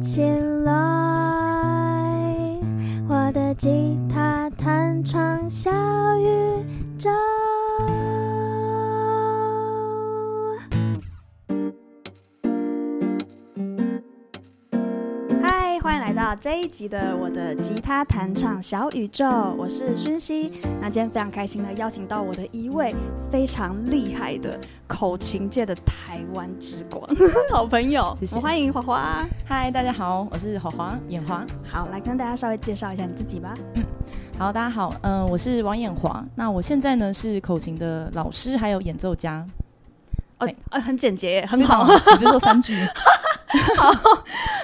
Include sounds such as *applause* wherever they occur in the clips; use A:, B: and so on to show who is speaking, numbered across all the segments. A: 醒来，我的吉他弹唱小宇宙。嗨，欢迎来到这一集的我的吉他弹唱小宇宙，我是勋熙。那今天非常开心的邀请到我的一位非常厉害的口琴界的台湾之光 *laughs* 好朋友，
B: 谢谢
A: 我们欢迎花花。
B: 嗨，大家好，我是华华眼华。
A: 好，来跟大家稍微介绍一下你自己吧。
B: 好，大家好，嗯、我是王眼华。那我现在呢是口琴的老师，还有演奏家。
A: 哦
B: 对，
A: 呃，很简洁耶，
B: *laughs*
A: 很好。 *laughs*
B: 非常，你就说三句。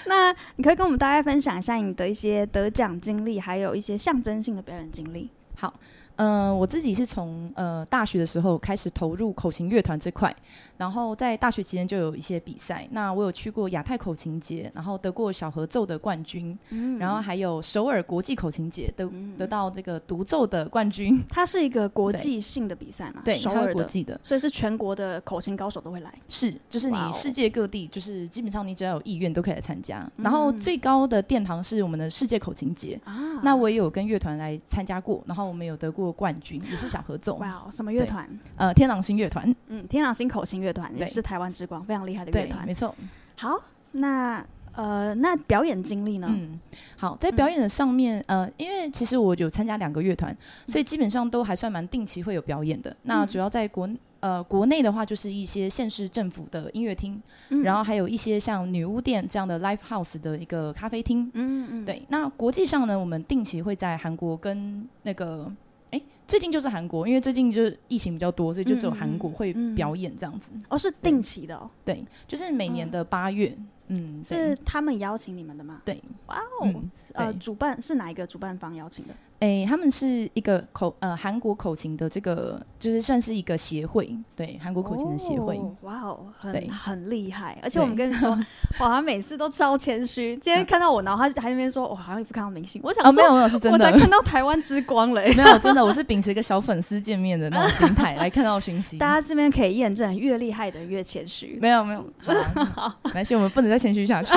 A: 那你可以跟我们大家分享一下你的一些得奖经历，还有一些象征性的表演经历。
B: 好，呃，我自己是从呃大学的时候开始投入口琴乐团这块，然后在大学期间就有一些比赛。那我有去过亚太口琴节，然后得过小合奏的冠军，
A: 嗯
B: 然后还有首尔国际口琴节得
A: 嗯
B: 得到这个独奏的冠军。
A: 它是一个国际性的比赛嘛，
B: 对，
A: 首
B: 它是
A: 尔
B: 国
A: 的，
B: 际的。
A: 所以是全国的口琴高手都会来。
B: 是，就是你
A: 哇哦
B: 世界各地，就是基本上你只要有意愿都可以来参加。然后最高的殿堂是我们的世界口琴节，
A: 嗯啊
B: 那我也有跟乐团来参加过，然后我们有得过冠军，也是小合奏，
A: 哇哦，什么乐团？
B: 呃，天狼星乐团，
A: 嗯，天朗星口琴乐团也
B: 对
A: 是台湾之光，非常厉害的乐
B: 对，
A: 团嗯
B: 没。错，
A: 好，那呃，那表演经历呢？
B: 嗯，好，在表演的上面，
A: 嗯
B: 呃，因为其实我有参加两个乐团，所以基本上都还算蛮定期会有表演
A: 嗯
B: 的。那主要在国呃国内的话，就是一些县市政府的音乐厅，
A: 嗯
B: 然后还有一些像女巫店这样的 live house 的一个咖啡厅，
A: 嗯嗯，
B: 对，那国际上呢，我们定期会在韩国跟那个，哎，最近就是韩国，因为最近就是疫情比较多，所以就只有韩国会
A: 嗯嗯嗯
B: 表演这样子。
A: 哦，是定期的哦，
B: 对，就是每年的八月，嗯，
A: 是他们邀请你们的吗？
B: 对，
A: 哇哦，
B: 嗯
A: 呃，
B: 对
A: 主办是哪一个主办方邀请的？
B: 哎，诶他们是一个口呃韩国口琴的这个，就是算是一个协会，对，韩国口琴的协会。
A: 哦哇哦，
B: 对
A: 很很厉害！而且我们跟你
B: *laughs*
A: 说，哇，他每次都超谦虚。今天看到我，然后他还在那边说，我好像一副看到明星。我想
B: 啊，
A: 说，
B: 嗯没有没有，是真
A: 我才
B: 的，
A: 看到台湾之光
B: *laughs*
A: 嘞。
B: 没有真的，我是秉持一个小粉丝见面的那种心态来看到讯息。
A: 大家这边可以验证，越厉害的人越谦虚。
B: 没有没有，好
A: *laughs*
B: 啊，没关系，我们不能再谦虚下去。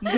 B: 嗯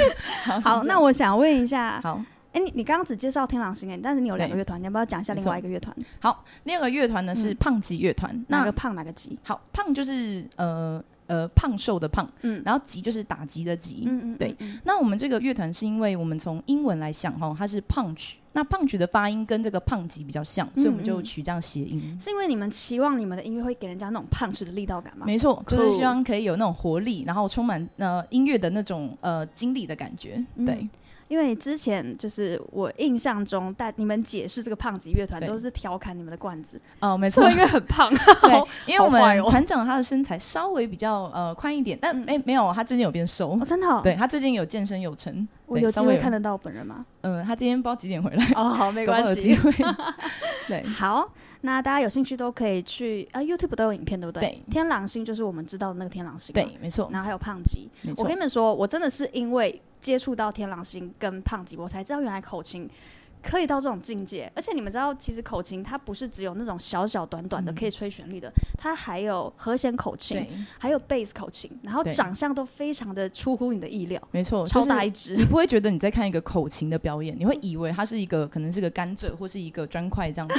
B: 好
A: 好，
B: 先这
A: 那
B: 样
A: 我想问一下，
B: 好。
A: 哎，你你刚刚只介绍天狼星哎，但是你有两个乐团，你要不要讲一下另外一个乐团？
B: 好，另外一个乐团呢是
A: 嗯
B: 胖吉乐团。
A: 哪
B: 那
A: 个胖哪个急？
B: 好，胖就是呃呃胖瘦的胖，
A: 嗯
B: 然后吉就是打击的吉。
A: 嗯嗯，
B: 对
A: 嗯，
B: 那我们这个乐团是因为我们从英文来想哈，它是胖曲，那胖曲的发音跟这个胖吉比较像，所以我们
A: 嗯
B: 就
A: 嗯
B: 取这样谐音。
A: 嗯是因为你们期望你们的音乐会给人家那种胖式的力道感吗？
B: 没错，就
A: Cool
B: 是希望可以有那种活力，然后充满呃音乐的那种呃经历的感觉。
A: 嗯
B: 对，
A: 因为之前就是我印象中，但你们解释这个胖吉乐团
B: 对
A: 都是调侃你们的罐 *laughs* 子，
B: 哦，没
A: 这
B: 错
A: 个，应该很 *laughs* 胖。
B: 对， *laughs* 因为我
A: 好坏
B: 们
A: 哦
B: 团长他的身材稍微比较呃宽一点，但
A: 嗯
B: 没没有，他最近有变瘦
A: 哦，，真的、哦，
B: 对，他最近有健身有成，
A: 我
B: 对
A: 有机
B: 稍微
A: 会
B: 有
A: 看得到本人吗？
B: 嗯，他今天不知道几点回来，
A: *laughs* 哦，好，没
B: 搞不
A: 关
B: 好有机
A: 系。 *laughs*
B: 会。对，
A: 好，那大家有兴趣都可以去啊，YouTube 都有影片，对不对？
B: 对
A: 天狼星就是我们知道的那个天狼星，
B: 对，。没错，
A: 然后还有胖吉，
B: 没
A: 我
B: 错
A: 跟你。们说，我真的是因为接触到天狼星跟胖吉，我才知道原来口琴可以到这种境界。而且你们知道，其实口琴它不是只有那种小小短短的
B: 嗯
A: 可以吹旋律的，它还有和弦口琴，
B: 对，
A: 还有贝斯口琴，然后
B: 对
A: 长相都非常的出乎你的意料，
B: 没错，
A: 超大一
B: 就是
A: 只。
B: 你不会觉得你在看一个口琴的表演，你会以为它是一个可能是个甘蔗或是一个砖块这
A: *laughs*
B: 样子。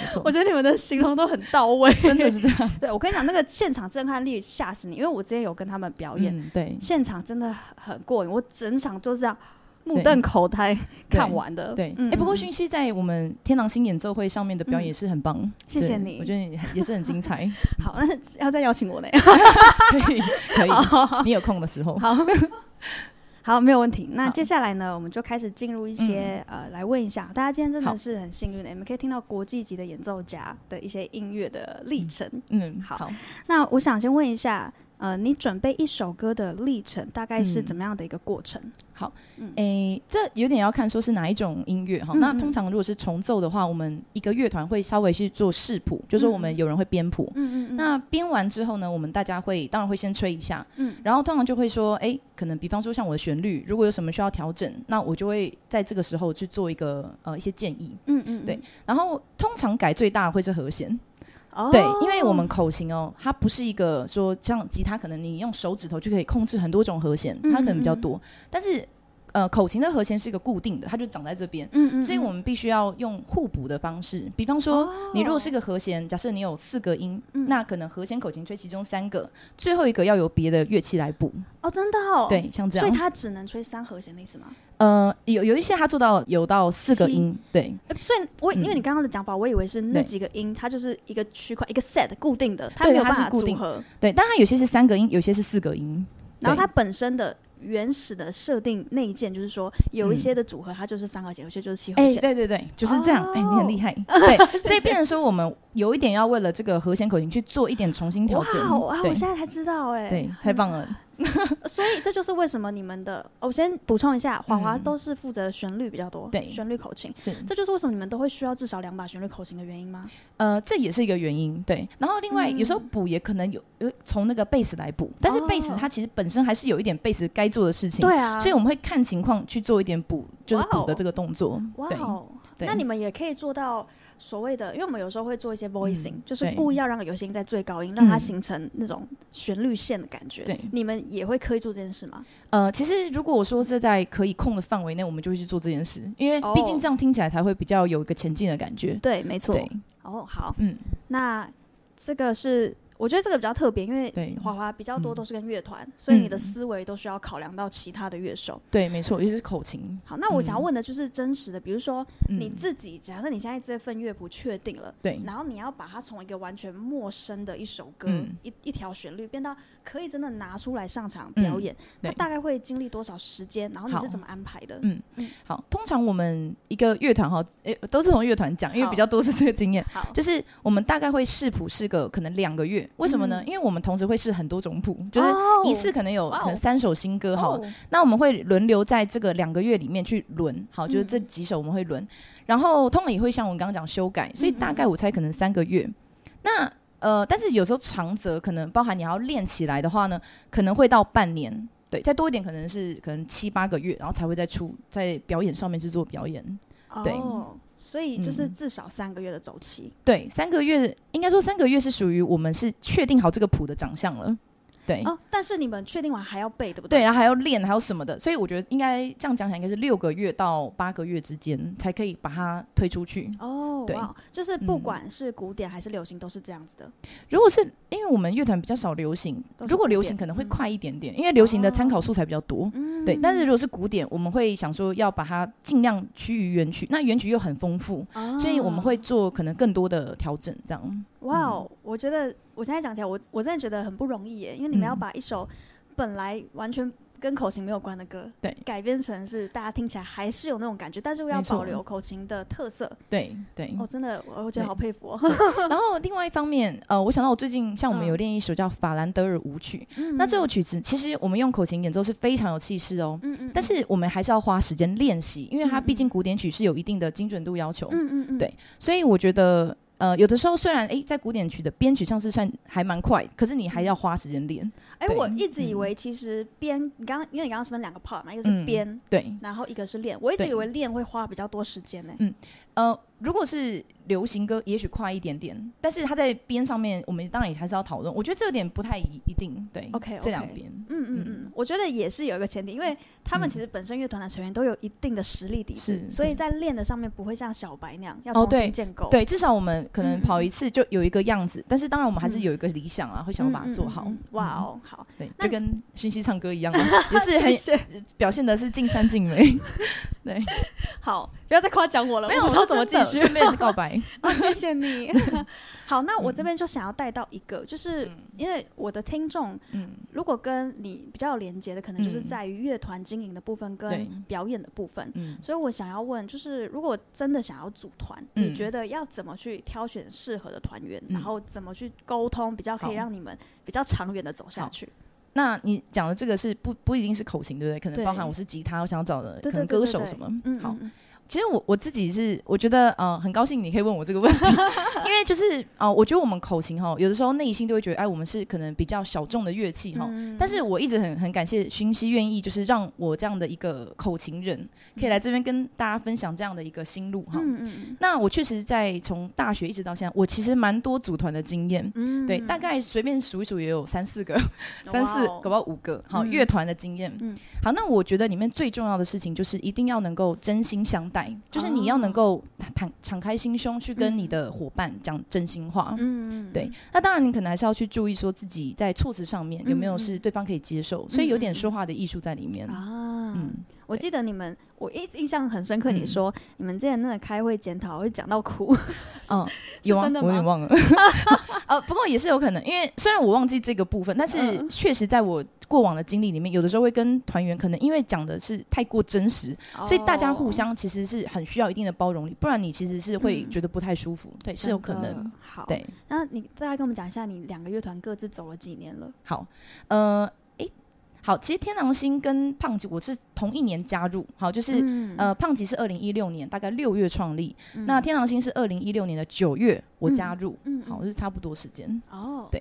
B: 没错
A: 我，觉得你们的形容都很到位，
B: 真的是这样。
A: *laughs* 对我跟你讲，那个现场震撼力吓死你，因为我之前有跟他们表演，
B: 嗯，对
A: 现场真的很过瘾，我整场就这样目
B: 对
A: 瞪口呆
B: 对
A: 看完的。
B: 对。
A: 嗯
B: 哎，不过
A: 嗯
B: 讯息在我们天狼星演奏会上面的表演也是很棒，
A: 谢谢
B: 对
A: 你
B: 我觉得你很也是很
A: *laughs*
B: 精彩。
A: 好，那要再邀请我呢。
B: 可以，
A: *laughs*
B: 可以， *laughs* 你有空的时候。
A: 好，好，没有问题。那
B: 好嗯
A: 接下来呢，我们就开始进入一些、呃，来问一下大家，今天真的
B: 好
A: 是很幸运的，你们可以听到国际级的演奏家的一些音乐的历程。
B: 嗯，
A: 好
B: 好。
A: 那我想先问一下，呃，你准备一首歌的历程大概
B: 嗯
A: 是怎么样的一个过程？
B: 诶，这有点要看说是哪一种音乐哈。
A: 嗯
B: 那
A: 嗯
B: 通常如果是重奏的话，我们一个乐团会稍微去做视谱，就说我们有人会编谱。
A: 嗯嗯
B: 那编完之后呢，我们大家会当然会先吹一下，
A: 嗯
B: 然后通常就会说，诶，可能比方说像我的旋律，如果有什么需要调整，那我就会在这个时候去做一个呃一些建议。
A: 嗯嗯，
B: 对然后通常改最大会是和弦，
A: 哦
B: 对，因为我们口琴哦，它不是一个说像吉他，可能你用手指头就可以控制很多种和弦，
A: 嗯
B: 它可能比较多。但是呃，口琴的和弦是一个固定的，它就长在这边，
A: 嗯嗯，
B: 所以我们必须要用互补的方式。比方说，你如果是个和弦，假设你有四个音，
A: 哦嗯
B: 那可能和弦口琴吹其中三个，最后一个要由别的乐器来补。
A: 哦，真的哦，，
B: 对，像这
A: 所以
B: 样。
A: 它只能吹三和弦的意思吗？
B: 呃，有有一些它做到有到四个
A: 七
B: 音，对，
A: 呃所以我因为
B: 嗯
A: 你刚刚的讲法，我以为是那
B: 对
A: 几个音，它就是一个区块一个 set 固定的，它
B: 对
A: 没有
B: 它
A: 办
B: 是
A: 法
B: 固
A: 组
B: 定
A: 合，
B: 对，但它有些是三个音，有些是四个音。
A: 然后
B: 对
A: 它本身的。原始的设定那一件就是说，有一
B: 嗯
A: 些的组合它就是三和弦，有些哦就是七和
B: 哎、
A: 弦。
B: 对对对，就是这样。哎、你很
A: *laughs*
B: 厉害。对，所以变成说我们有一点要为了这个和弦口型去做一点重新调
A: 哇
B: 整
A: 哦，哇，。我
B: 对
A: 现在才知道哎、
B: 对，太棒了。
A: *laughs* 所以这就是为什么你们的，哦我先补充一下，华华都是负责旋律比较多，
B: 嗯对
A: 旋律口琴，
B: 是，
A: 这就是为什么你们都会需要至少两把旋律口琴的原因吗？
B: 呃，这也是一个原因。对，然后另外
A: 嗯
B: 有时候补也可能有有从那个贝斯来补，但是贝斯
A: 哦
B: 它其实本身还是有一点贝斯该做的事情。
A: 对啊，
B: 所以我们会看情况去做一点补，就是
A: 哇哦
B: 补的这个动作。
A: 哇
B: 对
A: 哦，
B: 对
A: 那你们也可以做到所谓的，因为我们有时候会做一些 voicing，、
B: 嗯
A: 就是
B: 对
A: 故意要让有些音在最高音，让它
B: 嗯
A: 形成那种旋律线的感觉。
B: 对
A: 你们也会刻意做这件事吗？
B: 呃，其实如果我说是在可以控的范围内，我们就会去做这件事，因为毕
A: 哦
B: 竟这样听起来才会比较有一个前进的感觉。
A: 对，没错
B: 对，
A: 哦，好，
B: 嗯，
A: 那这个是我觉得这个比较特别，因为
B: 对嗯
A: 华华比较多都是跟乐团，所以你的思维都需要考量到其他的乐手。
B: 对，没错，尤其是口琴。
A: 好，那我想要问的就是真实的，比如说
B: 嗯
A: 你自己，假设你现在这份乐谱确定了。
B: 对，
A: 然后你要把它从一个完全陌生的一首歌、
B: 嗯
A: 一一条旋律，变到可以真的拿出来上场表演，那
B: 嗯对
A: 大概会经历多少时间？然后你
B: 好
A: 是怎么安排的？
B: 嗯好，通常我们一个乐团哈，诶、都是从乐团讲，因为
A: 好
B: 比较多是这个经验。
A: 好，
B: 就是我们大概会试谱试个可能两个月，为什么呢？
A: 嗯
B: 因为我们同时会试很多种谱，就是
A: 哦
B: 一次可能有
A: 哇哦
B: 可能三首新歌好了，
A: 哦
B: 那我们会轮流在这个两个月里面去轮，好，就是
A: 嗯
B: 这几首我们会轮，然后通常也会像我刚刚讲修改，所以
A: 嗯嗯
B: 大概我猜可能三个月。那呃，但是有时候长则可能包含你要练起来的话呢，可能会到半年，对，再多一点可能是可能七八个月，然后才会再出在表演上面去做表演。对
A: 哦，所以就是
B: 嗯
A: 至少三个月的周期。
B: 对，三个月应该说三个月是属于我们是确定好这个谱的长相了，对。
A: 哦，但是你们确定完还要背，对不
B: 对，啊
A: 对，
B: 然后还要练，还有什么的，所以我觉得应该这样讲起来，应该是六个月到八个月之间才可以把它推出去。
A: 哦，
B: 对
A: 哇，就是不
B: 嗯
A: 管是古典还是流行，都是这样子的。
B: 如果是因为我们乐团比较少流行
A: 都，是
B: 如果
A: 古
B: 流
A: 典
B: 行可能会
A: 嗯
B: 快一点点，因为流行的参考素材比较多。
A: 嗯，
B: 对，但是如果是古典，我们会想说要把它尽量趋于原曲，那原曲又很丰富，
A: 哦
B: 所以我们会做可能更多的调整，这样。
A: 哇哦，
B: 嗯
A: 我觉得我现在讲起来，我我真的觉得很不容易耶，因为你们要
B: 嗯
A: 把一首本来完全跟口琴没有关的歌，
B: 对
A: 改编成是大家听起来还是有那种感觉，但是又要
B: 没错
A: 保留口琴的特色。
B: 对对。
A: 哦，真的，我我觉得
B: 对
A: 好佩服哦。
B: 然后另外一方面，呃，我想到我最近像我们
A: 嗯
B: 有练一首叫《法兰德尔舞曲》，那这首曲子其实我们用口琴演奏是非常有气势哦。
A: 嗯嗯，
B: 但是我们还是要花时间练习，因为它
A: 嗯嗯
B: 毕竟古典曲是有一定的精准度要求。
A: 嗯嗯嗯，
B: 对所以我觉得，呃，有的时候虽然诶、在古典曲的编曲上是算还蛮快，可是你
A: 嗯
B: 还要花时间练。
A: 哎，
B: 对
A: 我一直以为其实编，你刚刚因为你刚刚是分两个 part 嘛，一个是
B: 嗯
A: 编，
B: 对，
A: 然后一个是练，我一直
B: 对
A: 以为练会花比较多时间呢。
B: 呃，如果是流行歌，也许快一点点，但是它在编上面，我们当然也还是要讨论。我觉得这有点不太一一定，对
A: OK，OK
B: 这两边，
A: 嗯嗯嗯，我觉得也是有一个前提，因为他们
B: 嗯
A: 其实本身乐团的成员都有一定的实力底子，
B: 是
A: 所以
B: 是
A: 在练的上面不会像小白那样要
B: 哦
A: 重
B: 对
A: 新建构。
B: 对，至少我们可
A: 嗯
B: 能
A: 嗯
B: 跑一次就有一个样子，但是当然我们还是
A: 嗯
B: 有一个理想啊，会
A: 嗯，
B: 想要把它做
A: 嗯
B: 好
A: 嗯。哇哦，
B: *laughs*
A: 好，
B: 对，
A: 那
B: 就
A: 你
B: 跟讯息唱歌一样嘛，啊也
A: *laughs*
B: 是很
A: 谢谢
B: 表现的是尽善尽美。对，
A: 好，不要再夸奖我了，
B: 没
A: 我
B: 有，
A: 不知道
B: 我
A: 怎么
B: 说
A: 继
B: 真的
A: *laughs* 续。
B: 顺便告白。
A: 啊，谢谢你。 *laughs* 好，那
B: 嗯
A: 我这边就想要带到一个，就是因为我的听众
B: 嗯，
A: 如果跟你比较有连接的，可能就是
B: 嗯
A: 在于乐团经营的部分
B: 对
A: 跟表演的部分。
B: 嗯，
A: 所以我想要问，就是如果真的想要组团，
B: 嗯
A: 你觉得要怎么去挑选适合的团员，
B: 嗯
A: 然后怎么去沟通，比较可以
B: 好
A: 让你们比较长远的走下去？
B: 那你讲的这个是不不一定是口型，对不对？可能包含
A: 对
B: 我是吉他，我想要找的
A: 对
B: 可
A: 对
B: 能
A: 对
B: 歌
A: 对
B: 手
A: 对
B: 什么。
A: 嗯，
B: 好
A: 嗯，嗯
B: 其实我我自己是，我觉得嗯、呃很高兴你可以问我这个问
A: *laughs*
B: 题，因为就是啊、呃我觉得我们口琴哈，有的时候内心都会觉得，哎，我们是可能比较小众的乐器哈。
A: 嗯
B: 但是我一直很很感谢勋熙愿意，就是让我这样的一个口琴人，可以来这边跟大家分享这样的一个心路哈。
A: 嗯嗯
B: 那我确实在从大学一直到现在，我其实蛮多组团的经验，
A: 嗯
B: 对，大概随便数一数也有三四个，三四，
A: 哇哦
B: 搞不好五个。好，
A: 嗯
B: 乐团的经验，
A: 嗯
B: 好，那我觉得里面最重要的事情就是一定要能够真心相待，就是你要能
A: 哦
B: 够坦坦敞开心胸去跟你的伙伴讲真心话。
A: 嗯嗯
B: 对，那当然你可能还是要去注意说自己在措辞上面有没有
A: 嗯嗯
B: 是对方可以接受，所以有点说话的艺术在里面。
A: 啊，
B: 嗯，
A: 我记得你们，我印印象很深刻，你
B: 嗯
A: 说、你们之前那个开会检讨会讲到哭， *laughs*
B: 嗯，有啊
A: 真的，吗
B: 我也忘了。 *laughs* 呃，不过也是有可能，因为虽然我忘记这个部分，但是
A: 嗯
B: 确实在我过往的经历里面，有的时候会跟团员可能因为讲的是太过真实， *laughs*
A: 哦
B: 所以大家互相其实是很需要一定的包容力，不然你其实是会
A: 嗯
B: 觉得不太舒服。对，是有可
A: 真的
B: 能。。
A: 好，，
B: 对，
A: 那你再来跟我们讲一下，你两个乐团各自走了几年了？
B: 好，呃，诶，好，其实天狼星跟胖吉我是同一年加入，好，就是。
A: 嗯
B: 呃，胖吉是二零一六年大概六月创立，
A: 嗯
B: 那天狼星是二零一六年的九月我加
A: 嗯
B: 入，
A: 嗯
B: 好，
A: 嗯
B: 是差不多时间。
A: 哦，
B: 对，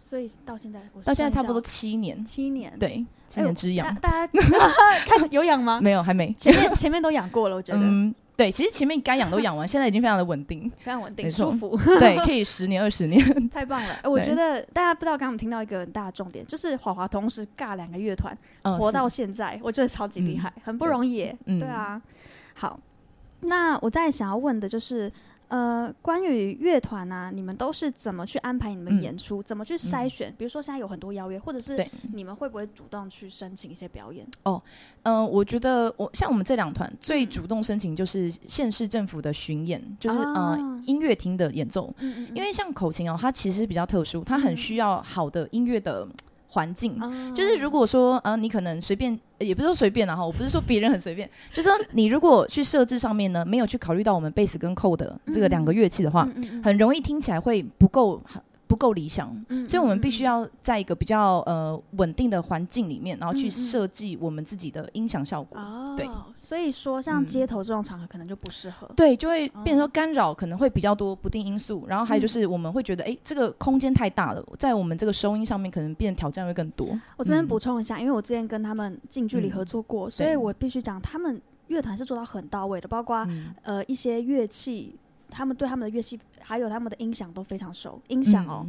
A: 所以到现在我
B: 到现
A: 算
B: 在
A: 一下
B: 差不多七年
A: 哦，七年，
B: 对，七
A: 哎
B: 年之痒
A: 大，大家 *laughs* 开始有养吗？
B: *laughs* 没有，还没。
A: 前面 *laughs* 前面都养过了，我觉得、
B: 嗯，对，其实前面该养都养完，现在已经非常的稳
A: *laughs*
B: 定，
A: 非常稳定，
B: 没
A: 舒
B: 错
A: 服， *laughs*
B: 对，可以十年、二十年。
A: 太棒了。哎我
B: 对
A: 觉得大家不知道刚刚我们听到一个很大的重点，就是华华同时尬两个乐团，
B: 嗯
A: 活
B: 是
A: 到现在，我觉得超级厉害，很不容易耶。
B: 嗯
A: 对啊，好，那我再想要问的就是，呃，关于乐团啊，你们都是怎么去安排你们
B: 嗯
A: 演出，怎么去筛选？比如说现在有很多邀约，或者是
B: 对
A: 你们会不会主动去申请一些表演？
B: 嗯，我觉得我像我们这两团最主动申请就是县市政府的巡演，就是
A: 啊
B: 呃音乐厅的演奏，
A: 嗯
B: 因为像口琴哦，它其实比较特殊，它
A: 嗯
B: 很需要好的音乐的环境。
A: 为
B: 就是如果说，呃，你可能随便，呃也不是说随便啦哈，我不是说别人很随便，就是说你如果去设置上面呢，没有去考虑到我们贝斯跟扣的这个两个乐器的话，
A: 嗯嗯嗯
B: 很容易听起来会不够不够理想，
A: 嗯
B: 所以我们必须
A: 嗯
B: 要在一个比较呃稳定的环境里面，然后
A: 嗯
B: 去
A: 嗯
B: 设计我们自己的音响效果。
A: 嗯
B: 对
A: 哦，所以说像
B: 嗯
A: 街头这种场合可能就不适合。
B: 对，就会
A: 哦
B: 变成说干扰可能会比较多不定因素，然后还
A: 嗯
B: 有就是我们会觉得，哎、这个空间太大了，在我们这个收音上面可能变得挑战会更多。
A: 我这边
B: 嗯
A: 补充一下，因为我之前跟他们近距离合作过，所以
B: 对
A: 我必须讲，他们乐团是做到很到位的，包括、
B: 嗯
A: 呃一些乐器，他们对他们的乐器还有他们的音响都非常熟，音响哦，，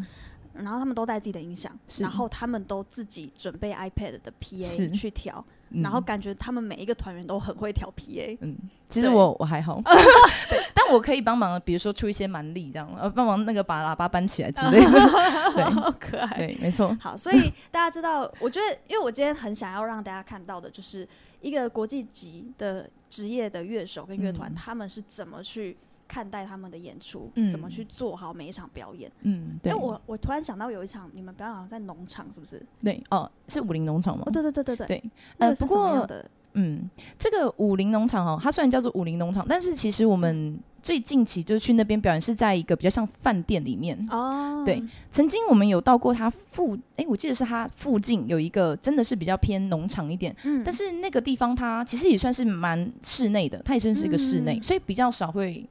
A: 然后他们都带自己的音响，
B: 嗯是
A: 然后他们都自己准备 iPad 的
B: 是
A: PA 去调，
B: 嗯
A: 然后感觉他们每一个团员都很会调 PA，
B: 嗯，其实
A: 对
B: 我我还 *laughs* 好，但我可以帮忙，比如说出一些蛮力这样，呃，帮忙那个把喇叭搬起来之类的。 *laughs* 对
A: *laughs* 好可爱。
B: 嗯对，没错，
A: 好，所以大家知道，我觉得，因为我今天很想要让大家看到的，就是一个国际级的职业的乐手跟乐团，
B: 嗯
A: 他们是怎么去看待他们的演出，
B: 嗯
A: 怎么去做好每一场表演。
B: 嗯，
A: 因
B: 对
A: 为，我我突然想到有一场你们表演好像在农场，是不是？
B: 对，哦，是武林农场吗
A: 哦，？对对对对对
B: 对
A: 那
B: 呃
A: 个是
B: 不
A: 什么样
B: 过
A: 的
B: 嗯，这个武林农场哦，它虽然叫做武林农场，但是其实我们最近期就是去那边表演，是在一个比较像饭店里面。
A: 哦，
B: 对曾经我们有到过它附，哎，我记得是它附近有一个真的是比较偏农场一点，
A: 嗯，
B: 但是那个地方它其实也算是蛮室内的，它也算是一个室内，
A: 嗯
B: 所以比较少会，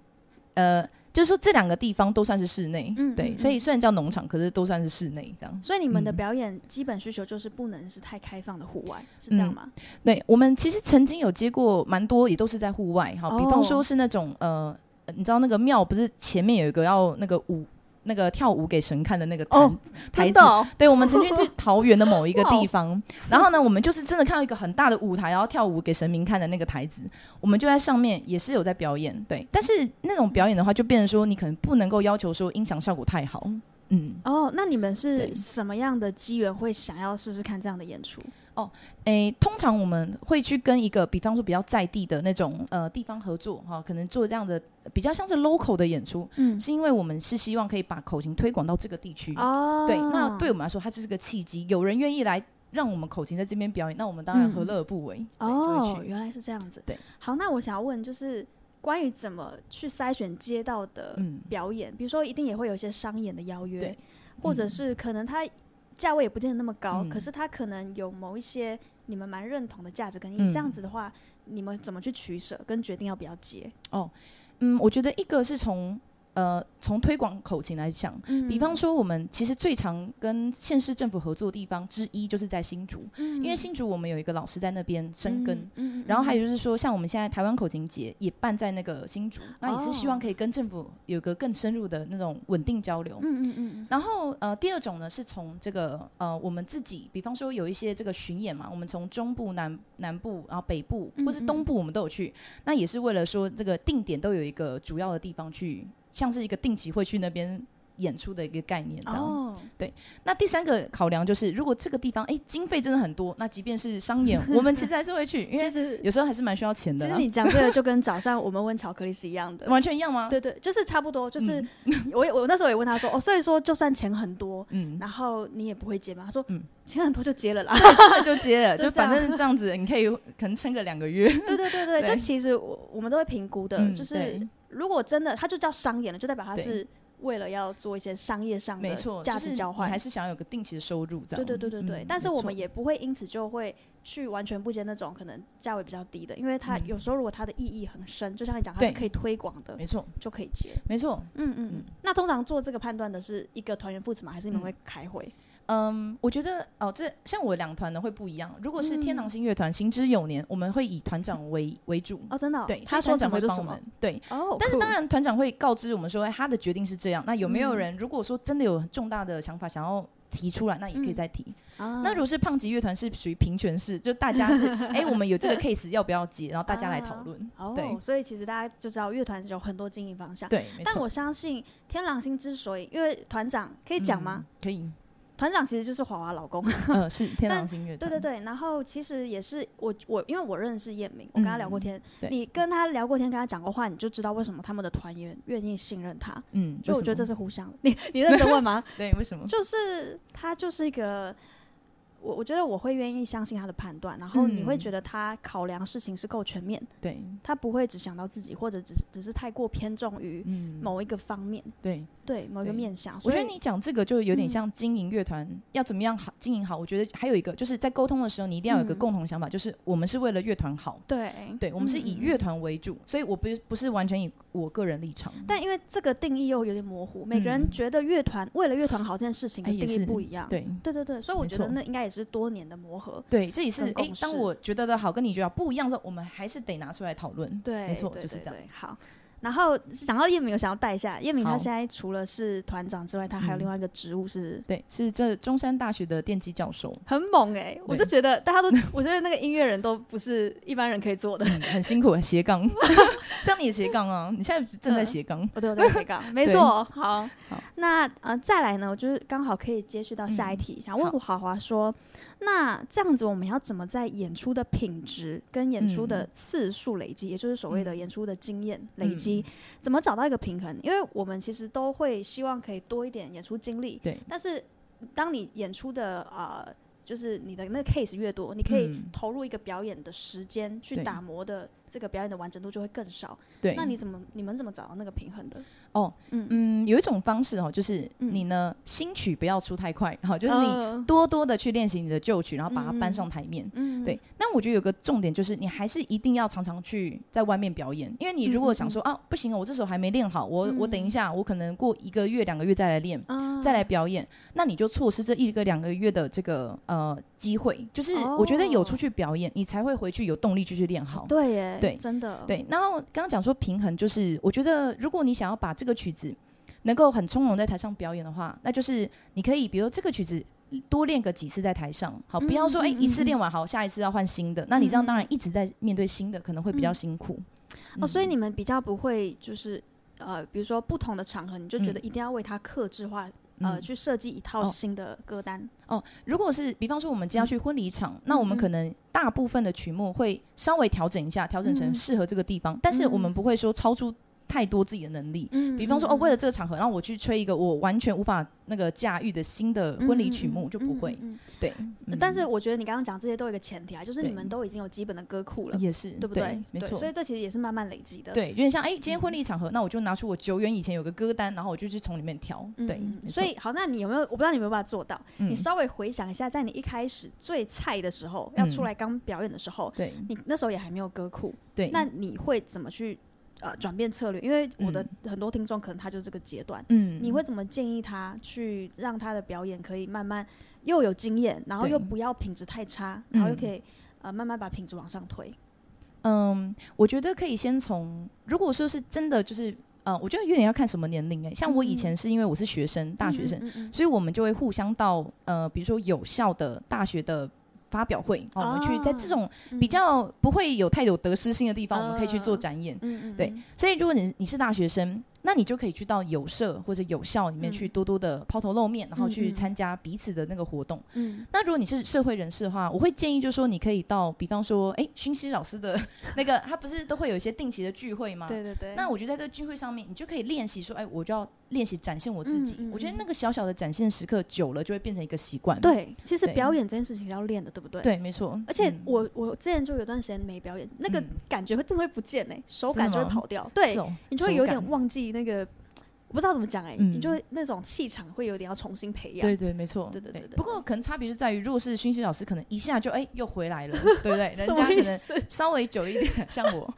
B: 呃，就是说这两个地方都算是室内，
A: 嗯
B: 对，
A: 嗯
B: 所以
A: 嗯
B: 虽然叫农场，可是都算是室内这样。
A: 所以你们的
B: 嗯
A: 表演基本需求就是不能是太开放的户外，是这样
B: 嗯
A: 吗？
B: 对我们其实曾经有接过蛮多，也都是在户外哈，比
A: 哦
B: 方说是那种呃，呃你知道那个庙不是前面有一个要那个舞。那个跳舞给神看的那个
A: 哦
B: 坛台
A: 真
B: 子
A: 的，哦，
B: 对，我们曾经去桃园的某一个
A: 哇哦
B: 地方，然后呢，我们就是真的看到一个很大的舞台，然后跳舞给神明看的那个台子，我们就在上面也是有在表演，对。但是那种表演的话，就变成说你可能不能够要求说音响效果太好，嗯，
A: 哦，那你们是
B: 对
A: 什么样的机缘会想要试试看这样的演出？
B: 诶，通常我们会去跟一个，比方说比较在地的那种呃地方合作哈、可能做这样的比较像是 local 的演出，
A: 嗯，
B: 是因为我们是希望可以把口琴推广到这个地区，
A: 哦，
B: 对，那对我们来说，它就是个契机，有人愿意来。让我们口琴在这边表演，那我们当然
A: 嗯
B: 何乐而不为？对就
A: 哦
B: 会，去
A: 原来是这样子。
B: 对，
A: 好，那我想要问就是关于怎么去筛选街道的
B: 嗯
A: 表演，比如说一定也会有一些商演的邀约
B: 对，
A: 或者
B: 嗯
A: 是可能它价位也不见得那么高，
B: 嗯
A: 可是它可能有某一些你们蛮认同的价值跟意义，
B: 嗯
A: 这样子的话，你们怎么去取舍跟决定要不要接？
B: 嗯，我觉得一个是从呃从推广口琴来讲，
A: 嗯
B: 比方，说我们其实最常跟县市政府合作的地方之一就是在新竹，
A: 因
B: 因为新竹我们有一个老师在那边生根。
A: 嗯
B: 然后还
A: 有
B: 有就是说，像我们现在台湾口琴节也办在那个新竹，那也是希望
A: 哦
B: 可以跟政府有个更深入的那种稳定交流。
A: 嗯嗯嗯
B: 然后呃，第二种呢是从这个呃我们自己，比方说有一些这个巡演嘛，我们从中部、南南部，然后北部
A: 嗯
B: 或是东部，我们都有去。那也是为了说这个定点都有一个主要的地方去，像是一个定期会去那边演出的一个概念，这
A: 嗯，
B: 样。
A: 哦，
B: 那第三个考量就是，如果这个地方哎经费真的很多，那即便是商演，我们其实还是会去，因
A: 其
B: 为
A: 实
B: 有时候还是蛮需要钱
A: 其
B: 的
A: 实
B: 啦。
A: 你讲这个就跟早上我们问巧克力是一
B: *laughs*
A: 样的。
B: 完全一样吗？
A: 对对，就是差不多，就是我也我那时候也问他说，哦，所以说就算钱很多， *laughs*
B: 嗯，
A: 然后你也不会接吗？他说，
B: 嗯
A: 钱很多就接了啦。
B: 就接了，
A: 就
B: 就
A: 这样
B: 反正这样子，你可以可能撑个两个 *laughs* 月。
A: 对对对对，
B: 对
A: 就其实我我们都会评估的，
B: 嗯
A: 就是
B: 对
A: 如果真的它就叫商演了，就代表它
B: 对
A: 是为了要做一些商业上
B: 没
A: 的
B: 错，
A: 价
B: 就是
A: 值交
B: 你
A: 换
B: 还。是想要有个定期的收入，这样。
A: 对对对对对，
B: 嗯
A: 但是我们
B: 没错
A: 也不会因此就会去完全不接那种可能价位比较低的，因为它
B: 嗯
A: 有时候如果它的意义很深，就像你讲，它是
B: 对
A: 可以推广的，
B: 没错，
A: 就可以接。
B: 没错。
A: 嗯嗯嗯
B: 嗯。
A: 那通常做这个判断的是一个团员负责吗？还是你们会开会？
B: 嗯，我觉得哦，这像我两团呢会不一样。如果是天
A: 嗯
B: 堂新乐团，行之有年，我们会以团长为为主。
A: 哦，真的哦，
B: 对，
A: 他
B: 所
A: 说什
B: 以团长
A: 么
B: 会
A: 就
B: 帮
A: 什
B: 我
A: 么
B: 们。对，
A: 哦。
B: 但是
A: 酷
B: 当，然，团长会告知我们说，哎，他的决定是这样。那有没有
A: 嗯
B: 人如果说真的有重大的想法想要提出来，那也可以
A: 嗯
B: 再提。
A: 啊
B: 那如果是胖吉乐团是属于平权式，就
A: *laughs*
B: 大家是哎，我们有这个 case 要不要接，然后大家来讨
A: 啊
B: 论。
A: 哦
B: 对，
A: 所以其实大家就知道乐团是有很多经营方向。
B: 对，
A: 啊
B: 没
A: 但
B: 错
A: 我相信天狼星之所以，因为团长可以讲吗？？
B: 嗯可以，
A: *laughs* 团长其实就是华华老公， *laughs*
B: 呃，是天
A: 但
B: 堂新
A: *laughs*
B: 乐
A: 对
B: 团。
A: 对对。然后其实也是我我，因为我认识叶明，我跟他聊过天，
B: 嗯对
A: 你跟他聊过天，跟他讲过话，你就知道为什么他们的团员愿意信任他。
B: 嗯，
A: 就
B: 为
A: 我
B: 什
A: 觉得这
B: 么
A: 是互相的。你你认真问
B: *laughs*
A: 吗？
B: 对，为什么？
A: 就是他就是一个。我我觉得我会愿意相信他的判断，然后你会
B: 嗯
A: 觉得他考量事情是够全面，
B: 对，
A: 他不会只想到自己，或者只是只是太过偏重于
B: 嗯，
A: 某一个方面，
B: 对，
A: 对某一个
B: 对
A: 面向。所
B: 我觉得
A: 以
B: 你讲这个就有
A: 嗯
B: 点像经营乐团，要怎么样好经营好？我觉得还有一个就是在沟通的时候，你一定要有一个
A: 嗯
B: 共同想法，就是我们是为了乐团好，
A: 对
B: 对我们是
A: 嗯
B: 以
A: 嗯
B: 乐团为主，所以我不是不是完全以我个人立场，
A: 但因为这个定义又有点模糊，每个人
B: 嗯
A: 觉得乐团为了乐团好这件事情的
B: 哎也
A: 定义
B: 是
A: 不一样。
B: 对。
A: 对对对，所以我
B: 没
A: 觉得
B: 错
A: 那应该也是多年的磨合。
B: 对，这也是
A: 跟
B: 哎
A: 共，
B: 当
A: 识
B: 我觉得的好跟你觉得不一样的时候，我们还是得拿出来讨论。
A: 对，
B: 没错，
A: 对
B: 就是
A: 对
B: 这样。
A: 对好，然后讲到叶敏，我想要带一下叶敏，他
B: 好
A: 现在除了是团长之外，他还有
B: 嗯
A: 另外一个职务是。
B: 对，是这中山大学的电机教授，
A: 很猛哎、我就
B: 对
A: 觉得大
B: *laughs*
A: 家都，我觉得那个音乐人都不是一般人可以做的。
B: 嗯，很辛苦，斜杠， *laughs* 像你也斜杠啊，你现在正在
A: 嗯
B: 斜杠，
A: 哦，对，我在斜
B: *laughs*
A: 杠，没
B: 对
A: 错。好，
B: 好嗯
A: 那呃，再来呢，我就是刚好可以接续到下一题，想问
B: 好
A: 吴华华说，那这样子我们要怎么在演出的品质跟演出
B: 嗯
A: 的次数累积，也就是所谓的演出的经验累积，怎么找到一个平衡？因为我们其实都会希望可以多一点演出经历，
B: 对
A: 但是当你演出的呃。就是你的那个 case 越多，你可以
B: 嗯
A: 投入一个表演的时间去
B: 对
A: 打磨的这个表演的完整度就会更少。
B: 对，
A: 那你怎么你们怎么找到那个平衡的？
B: 哦，
A: 嗯，
B: 嗯，有一种方式哦，就是
A: 嗯哦
B: 你呢、新曲不要出太快， *laughs* 好，就是你
A: 呃
B: 多多的去练习你的旧曲，然后把它搬上台面。
A: 嗯，嗯，
B: 对，那我觉得有个重点就是，你还是一定要常常去在外面表演，因为你如果想说、
A: 嗯
B: 啊，不行哦，我这首还没练好，我、我等一下，我可能过一个月、两个月再来练，
A: 啊
B: 再来表演，那你就错失这一个两个月的这个呃机会。就是
A: 哦
B: 我觉得有出去表演，你才会回去有动力继续练好。
A: 对耶，
B: 对
A: 真的，，
B: 对，然后刚刚讲说平衡，就是我觉得如果你想要把这个曲子能够很从容在台上表演的话，那就是你可以，比如说这个曲子多练个几次在台上，好，不要
A: 嗯
B: 说
A: 嗯
B: 哎、
A: 嗯
B: 一次练完好，下一次要换新的，那你这样当然一直在面对新的，可能会比较辛苦。
A: 哦，所以
B: 嗯
A: 你们比较不会就是呃，比如说不同的场合，你就觉得一定要为它克制化，呃，
B: 嗯
A: 去设计一套
B: 哦
A: 新的歌单，
B: 哦，如果是比方说我们今天要去婚礼
A: 嗯
B: 场，那我们可能大部分的曲目会稍微调整一下，调整
A: 嗯
B: 成适合这个地方，但是我们不会说超出。太多自己的能力。
A: 嗯
B: 比方说，哦，为了这个场合，然后我去吹一个我完全无法那个驾驭的新的
A: 嗯
B: 婚礼曲目，就不会。对，嗯
A: 呃但是我觉得你刚刚讲这些都有一个前提啊，就是你
B: 对
A: 们都已经有基本的歌库了，
B: 也是
A: 对不对？
B: 没错
A: 所。以这其实也是慢慢累积的。
B: 对，有点像哎，今天婚礼场合，那我就拿出我久远以前有个歌单，然后我就去从里面挑。
A: 嗯，
B: 对
A: 嗯，
B: 没
A: 所以好，那你有没有？我不知道你有没有办法做到。
B: 错
A: 你
B: 嗯
A: 稍微回想一下，在你一开始最菜的时候，要出
B: 嗯
A: 来刚表演的时候，
B: 对
A: 你那时候也还没有歌库，
B: 对
A: 那你会怎么去呃转变策略？因为我的
B: 嗯
A: 很多听众可能他就是这个阶段，
B: 嗯
A: 你会怎么建议他去让他的表演可以慢慢又有经验，然后
B: 对
A: 又不要品质太差，然后又
B: 嗯
A: 可以、呃慢慢把品质往上推？
B: 嗯，我觉得可以先从，如果说是真的就是呃，我觉得有点要看什么年龄哎、像我以前是因为我是学生，大学生，
A: 嗯嗯，嗯嗯嗯
B: 所以我们就会互相到呃，比如说有效的大学的。发表会，哦，我们去在这种
A: 嗯
B: 比较不会有太有得失心的地方，我们可以去做展演。
A: 嗯嗯，
B: 对
A: 嗯
B: 所以，如果你你是大学生，那你就可以去到有社或者有校里面去
A: 嗯
B: 多多的抛头露面，然后
A: 嗯
B: 去
A: 嗯
B: 参加彼此的那个活动。
A: 嗯，
B: 那如果你是社会人士的话，我会建议就是说，你可以到，比方说，哎、熏熙老师的那个，他不是都会有一些定期的聚会吗？
A: 对对对。
B: 那我觉得在这个聚会上面，你就可以练习说，哎、我就要练习展现我自己。
A: 嗯嗯
B: 我觉得
A: 嗯
B: 那个小小的展现时刻，久了就会变成一个习惯。
A: 对，其实
B: 对
A: 表演这件事情是要练的，对不对？。
B: 对，没错。
A: 而且
B: 嗯
A: 我、我之前就有段时间没表演，那个
B: 嗯
A: 感觉会真的会不见哎、手感
B: 真
A: 就
B: 的
A: 会
B: 吗
A: 跑掉，对
B: 是，哦
A: 你就会
B: 手
A: 有
B: 感
A: 点忘记那个，我不知道怎么讲哎、
B: 嗯
A: 你就会那种气场会有点要重新培养。
B: 对对，没错。
A: 对对对对
B: 不过可能差别是在于，如果是熏熙老师，可能一下就哎、又回来了，对
A: *laughs*
B: 不对？人
A: 什
B: 家
A: 么
B: 可
A: 意
B: 能
A: 思？
B: 稍微久一点，像我。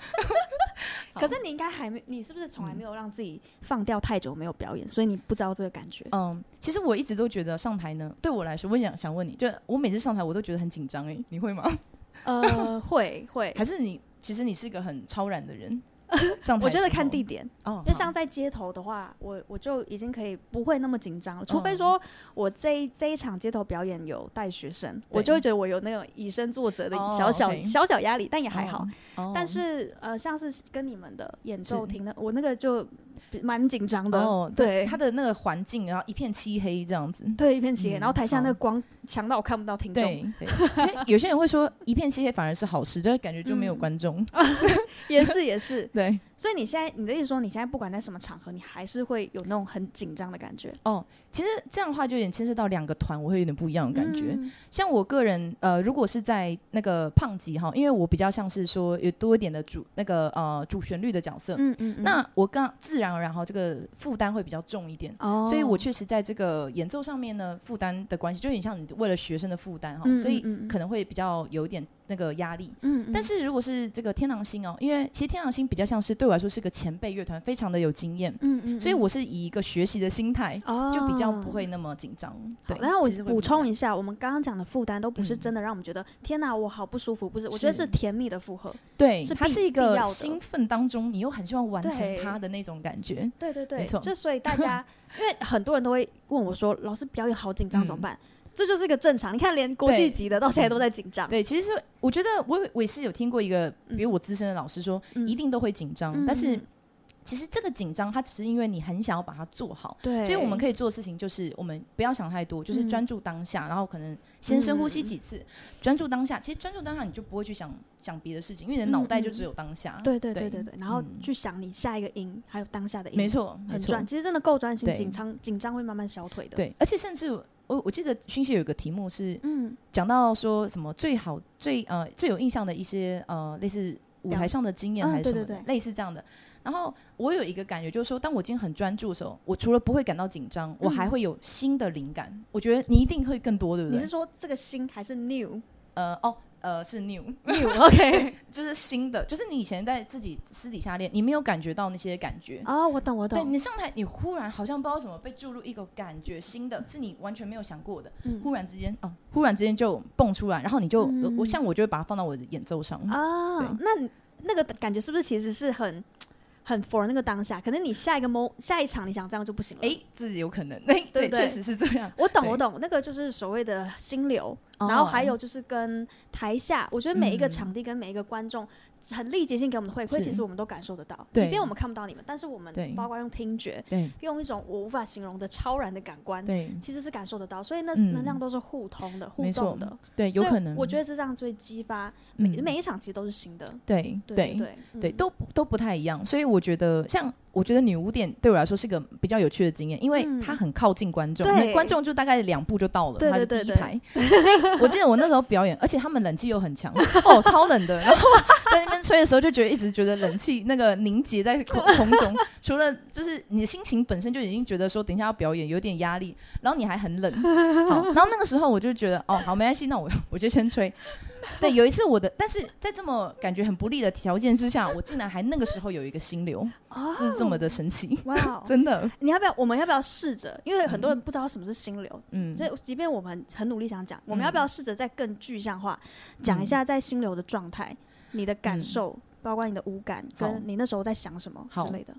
A: 可是你应该还没，你是不是从
B: 嗯
A: 来没有让自己放掉太久没有表演，所以你不知道这个感觉？
B: 嗯，其实我一直都觉得上台呢，对我来说，我也想想问你，就我每次上台我都觉得很紧张哎，你
A: *laughs*
B: 会吗？
A: 呃，会会，
B: 还是你其实你是一个很超然的人？上台
A: 我觉得
B: 的时
A: 看
B: 候
A: 地点，
B: 哦，
A: 因为
B: 好
A: 像在街头的话，我我就已经可以不会那么紧张了，除非
B: 嗯
A: 说我这一这一场街头表演有带学生，我
B: 对
A: 就会觉得我有那种以身作则的
B: 哦
A: 小小、
B: OK
A: 小小压力，但也还好。，
B: 哦哦
A: 但是呃，像是跟你们的演奏
B: 是
A: 厅的，我那个就比蛮紧张的，
B: 哦，
A: 对
B: 对，它的那个环境，然后一片漆黑这样子。
A: 对，一片漆黑，
B: 嗯
A: 然后台下那个
B: 好
A: 光强到我看不到听众，
B: 对对，所以有些人会说一片漆黑反而是好事，就是感觉就没有
A: 嗯
B: 观众。
A: 也
B: *laughs*
A: 是也是。
B: 对，
A: 所以你现在你的意思说，你现在不管在什么场合，你还是会有那种很紧张的感觉，
B: 其实这样的话就有点牵涉到两个团，我会有点不一样的感觉。
A: 嗯
B: 像我个人，呃，如果是在那个胖吉哈，因为我比较像是说有多一点的主那个呃主旋律的角色，
A: 嗯嗯，嗯
B: 那我刚自然而然哈，这个负担会比较重一点。
A: 哦，
B: 所以我确实在这个演奏上面呢，负担的关系就有点像你为了学生的负担哈，
A: 嗯
B: 所以
A: 嗯嗯嗯
B: 可能会比较有一点那个压力。
A: 嗯，嗯
B: 但是如果是这个天狼星哦，因为其实天狼星比较像是对我来说是个前辈乐团，非常的有经验，
A: 嗯嗯，
B: 所以
A: 嗯
B: 我是以一个学习的心态，
A: 哦
B: 就比较不会那么紧张。
A: 好
B: 对，
A: 然后我
B: 其实会
A: 补
B: 不一样
A: 充一下，我们刚刚讲的负担都不是
B: 嗯
A: 真的让我们觉得、天哪，我好不舒服，不是，我觉得
B: 是
A: 是甜蜜的负荷。
B: 对，
A: 是
B: 它
A: 必
B: 是一
A: 必
B: 个
A: 要的
B: 兴奋当中，你又很希望完成
A: 对
B: 它的那种感觉。
A: 对对对，
B: 没错
A: 就所以大 *laughs* 家，因为很多人都会问我说，老师表演好紧张
B: 嗯
A: 怎么办？这就是一个正常，你看连国际
B: 对
A: 级的到现在都在紧张。
B: 对，其实是我觉得我我也是有听过一个
A: 嗯
B: 比我资深的老师说，
A: 嗯
B: 一定都会紧张，
A: 嗯
B: 但是
A: 嗯
B: 其实这个紧张它只是因为你很想要把它做好。
A: 对，
B: 所以我们可以做的事情就是，我们不要想太多，就是
A: 嗯
B: 专注当下，然后可能先深呼吸几次，专注当下。其实专注当下，你就不会去想想别的事情，因为你的脑袋就只有当下。
A: 对对对
B: 对
A: 对对，然后
B: 嗯
A: 去想你下一个音，还有当下的音，
B: 没，错，没
A: 很
B: 错
A: 专。。其实真的够专心，
B: 对
A: 紧张紧张会慢慢消退的。，
B: 对，而且甚至我我记得讯息有一个题目是
A: 嗯，
B: 讲到说什么最好最呃最有印象的一些呃类似舞台上的经验
A: 嗯
B: 还是什么
A: 对
B: 的、
A: 对
B: 类似这样的。然后我有一个感觉，就是说，当我今天很专注的时候，我除了不会感到紧张，我还会有新的灵感。我觉得你一定会更多，对不
A: 嗯你是
B: 对？
A: 说这个心还是 *laughs* new
B: 呃哦呃是 new， *laughs*
A: new OK？
B: 就是新的，就是你以前在自己私底下练，你没有感觉到那些感觉。
A: 哦，我懂我
B: 对
A: 懂，
B: 你上台，你忽然好像不知道为什么被注入一个感觉，新的是你完全没有想过的，
A: 嗯
B: 忽然之间哦，忽然之间就蹦出来，然后你就、呃
A: 嗯
B: 我像我就会把它放到我的演奏上。
A: 啊
B: 嗯对，
A: 那你那个感觉是不是其实是很很 for 那个当下？可能你下一个 mo 下一场你想这样就不行了。
B: 哎、自己有可能，哎、
A: 对
B: 对，
A: 对
B: 确实是这样。
A: 我懂，
B: 对
A: 我懂，那个就是所谓的心流，然后还
B: 哦
A: 有就是跟台下，我觉得每一个
B: 嗯
A: 场地跟每一个观众很立即性给我们的回馈，
B: 是
A: 其实我们都感受得到，
B: 对
A: 即便我们看不到你们，但是我们
B: 对
A: 包括用听觉，
B: 对
A: 用一种我无法形容的超然的感官，
B: 对
A: 其实是感受得到，所以那
B: 嗯
A: 能量都是互通的、互
B: 没错
A: 动的，
B: 对，有
A: 所以
B: 可能。
A: 我觉
B: 得
A: 得是这样最激发每
B: 嗯
A: 每一场其实都是新的，
B: 对
A: 对
B: 对
A: 对
B: 对，
A: 嗯
B: 都不都不太一样，所以我觉得像。我觉得女巫店对我来说是个比较有趣的经验，因为
A: 嗯
B: 它很靠近观众，
A: 对
B: 那观众就大概两步就到了，
A: 对
B: 它就
A: 对对
B: 第一
A: 对
B: 排。 *laughs* 所以我记得我那时候表演，而且他们冷气又很强，哦，超冷的。 *laughs* 然后在那边吹的时候，就觉得一直觉得冷气那个凝结在空空中，除了就是你的心情本身就已经觉得说等一下要表演有点压力，然后你还很冷。好，然后那个时候我就觉得哦，好没关系，那我我就先吹。对，有一次我的，但是在这么感觉很不利的条件之下，我竟然还那个时候有一个心流，
A: 哦，
B: 就是这么的神奇，
A: 哇
B: *laughs*
A: 哦！
B: 真的，
A: 你要不要？我们要不要试着？因为很多人不知道什么是心流，
B: 嗯
A: 所，以即便我们很努力想讲，我们要不要试着再更具象化，讲一下在心流的状态，你的感受，包括你的五感，
B: 好
A: 跟你那时候在想什么之
B: 嗯好
A: 类的。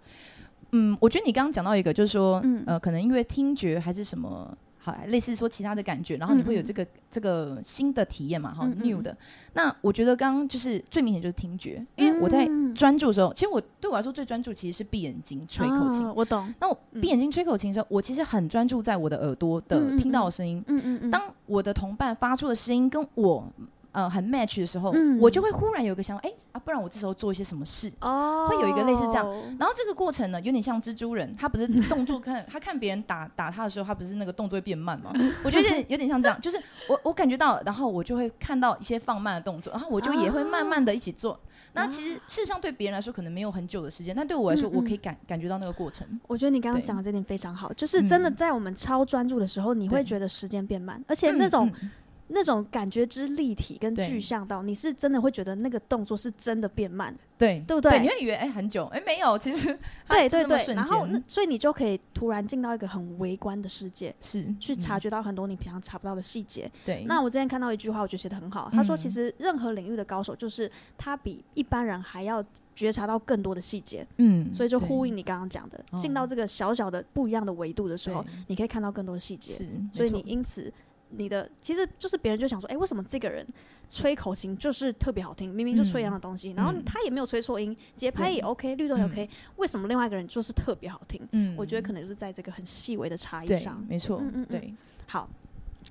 B: 嗯，我觉得你刚刚讲到一个，就是说，
A: 嗯
B: 呃，可能因为听觉还是什么，好，类似说其他的感觉，然后你会有
A: 嗯嗯
B: 这个、这个新的体验嘛，哈、
A: 嗯嗯
B: n e w 的。那我觉得刚刚就是最明显就是听觉，因为哎我在
A: 嗯
B: 专注的时候，其实我对我来说最专注其实是闭眼睛吹口琴。
A: 啊我懂。
B: 那我
A: 嗯
B: 闭眼睛吹口琴的时候，我其实很专注在我的耳朵的、
A: 嗯嗯
B: 听到
A: 嗯
B: 的声音。
A: 嗯嗯嗯，
B: 当我的同伴发出的声音跟我呃很 match 的时候，
A: 嗯
B: 我就会忽然有一个想法，哎、啊，不然我这时候做一些什么事？
A: 哦，
B: 会有一个类似这样
A: 样，
B: 然后这个过程呢，有点像蜘蛛人，他不是动作看他看别人打打他的时候，他不是那个动作会变慢
A: *laughs*
B: 吗？我觉得有点有点像这样，就是我我感觉到，然后我就会看到一些放慢的动作，啊然后我就也会慢慢的一
A: *laughs*
B: 起做。那其实事实上对别人来说可能没有很久的时间，但对我来说，
A: 啊嗯嗯
B: 我可以感感觉到那个过程。
A: 我觉得你刚刚
B: 对
A: 讲的这点非常好，就是真的
B: 嗯
A: 在我们超专注的时候，你会
B: 对
A: 觉得时间变慢，而且那种
B: 嗯嗯
A: 那种感觉之立体跟
B: 对
A: 具象到，你是真的会觉得那个动作是真的变慢，
B: 对
A: 对不对
B: 你会以为哎很久，哎没有，其实它
A: 对
B: 就
A: 对
B: 那么
A: 对，
B: 瞬
A: 然后那
B: 间
A: 所以你就可以突然进到一个很微观的世界，
B: 是
A: 去察
B: 嗯
A: 觉到很多你平常查不到的细节。
B: 对
A: 那我之前看到一句话，我觉得写的很好，他说其
B: 嗯
A: 实任何领域的高手，就是他比一般人还要觉察到更多的细节，
B: 嗯
A: 所以就呼
B: 对
A: 应你刚刚讲的，进
B: 哦
A: 到这个小小的不一样的维度的时候
B: 对，
A: 你可以看到更多的细节。
B: 是，
A: 所以
B: 没
A: 你
B: 错
A: 因此你的其实就是别人就想说，哎、为什么这个人吹口琴就是特别好听，明明就吹一样的东西，然后
B: 嗯
A: 他也没有吹错音，节拍也
B: 对
A: OK，律动也
B: 嗯
A: OK，、为什么另外一个人就是特别好听？
B: 嗯
A: 我觉得可能就是在这个很细微的差异
B: 对
A: 上。
B: 没错
A: 嗯嗯嗯
B: 对。！
A: 好，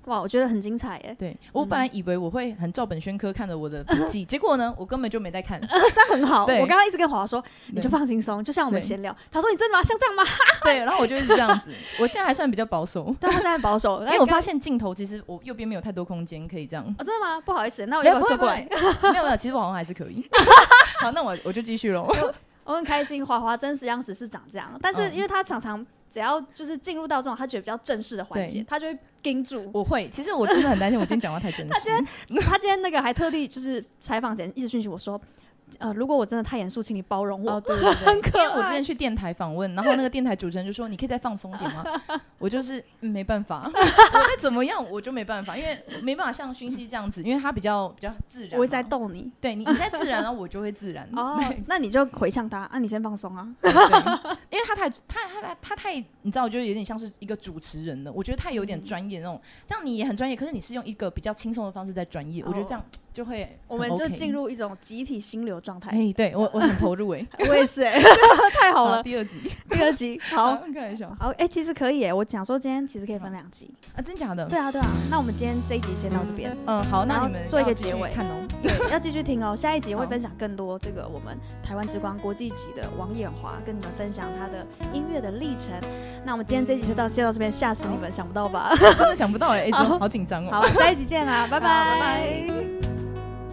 A: 哇，我觉得很精彩耶 *laughs*
B: 对我本来以为我会很照本宣科看着我的笔 *laughs* 记，结果呢，我根本就没在 *laughs* 看。
A: 这样很好。
B: 对
A: 我刚刚一直跟华华说，你
B: 对
A: 就放轻松，就像我们
B: 对
A: 闲聊。他说你真的吗？像这样吗？
B: 对，然后我就一直这样子。我现在还算比较保守，
A: 但他现在很保
B: *laughs*
A: 守，
B: 因
A: 哎
B: 为我
A: 刚
B: 发现镜头其实我右边没有太多空间可以这样。
A: 哦，真的吗？不好意思，那我
B: 没
A: 要
B: 有啊
A: 不要
B: 不会
A: 坐过
B: 不
A: 来
B: 会？没有没有，其实我好像还是可 *laughs* 以。好，那我我就继续喽。 *laughs*
A: 我哦很开心，华华真实样子是长这样，但是
B: 嗯
A: 因为他常常只要就是进入到这种他觉得比较正式的环节，
B: 对
A: 他就会盯
B: *laughs*
A: 住。
B: 我会，其实我真的很担心，我今天讲话太 *laughs* 真实。
A: 他今天那个还特地就是采访前一直讯息我说，呃，如果我真的太严肃，请你包容我。
B: 哦，对对 *laughs* 对，
A: 很可爱
B: 因为我之前去电台访问，然后那个电台主持人就说：“你可以再放松点吗？” *laughs* 我就是、嗯没办法， *laughs* 我再怎么样我就没办法，因为没办法像勋熙这样子，因为他比较比较自然嘛。
A: 我会在逗你
B: 对你，你在自然，然后我就会
A: *laughs*
B: 自然。
A: 哦
B: 嗯对，
A: 那你就回向他啊，你先放松
B: *laughs*
A: 啊。
B: 对对因为他太他他他他太，你知道，我觉得有点像是一个主持人了。我觉得他
A: 嗯
B: 有点专业那种，这样你也很专业，可是你是用一个比较轻松的方式在专业，我觉得这样就会很
A: 哦我们就
B: OK
A: 进。入一种集体心流状态。
B: 哎，对我我很投入哎，
A: 我也
B: *laughs*
A: 是、哎，太 *laughs* 好了，
B: 第二集，
A: 第二集好。
B: *laughs* 开玩笑
A: 好，哎、其实可以哎，我想说今天其实可以分两集。
B: 啊，真假的？
A: 对啊，对啊。那我们今天这一集先到这边。
B: 嗯，好，
A: 然
B: 那
A: 后
B: 你们
A: 做一个
B: 要继续
A: 结尾
B: 看哦。 *laughs*
A: 对， *laughs* 要继续听哦。下一集会
B: 好
A: 分享更多这个我们台湾之光国际级的王艳华，跟你们分享她的音乐的历程。那我们今天这一集就到先到这边，吓死你们，想不到吧？ *laughs*
B: 真的想不到哎，哎，真
A: 好
B: 的好紧张哦。
A: 好，下一集见啦，拜拜，
B: 好拜拜。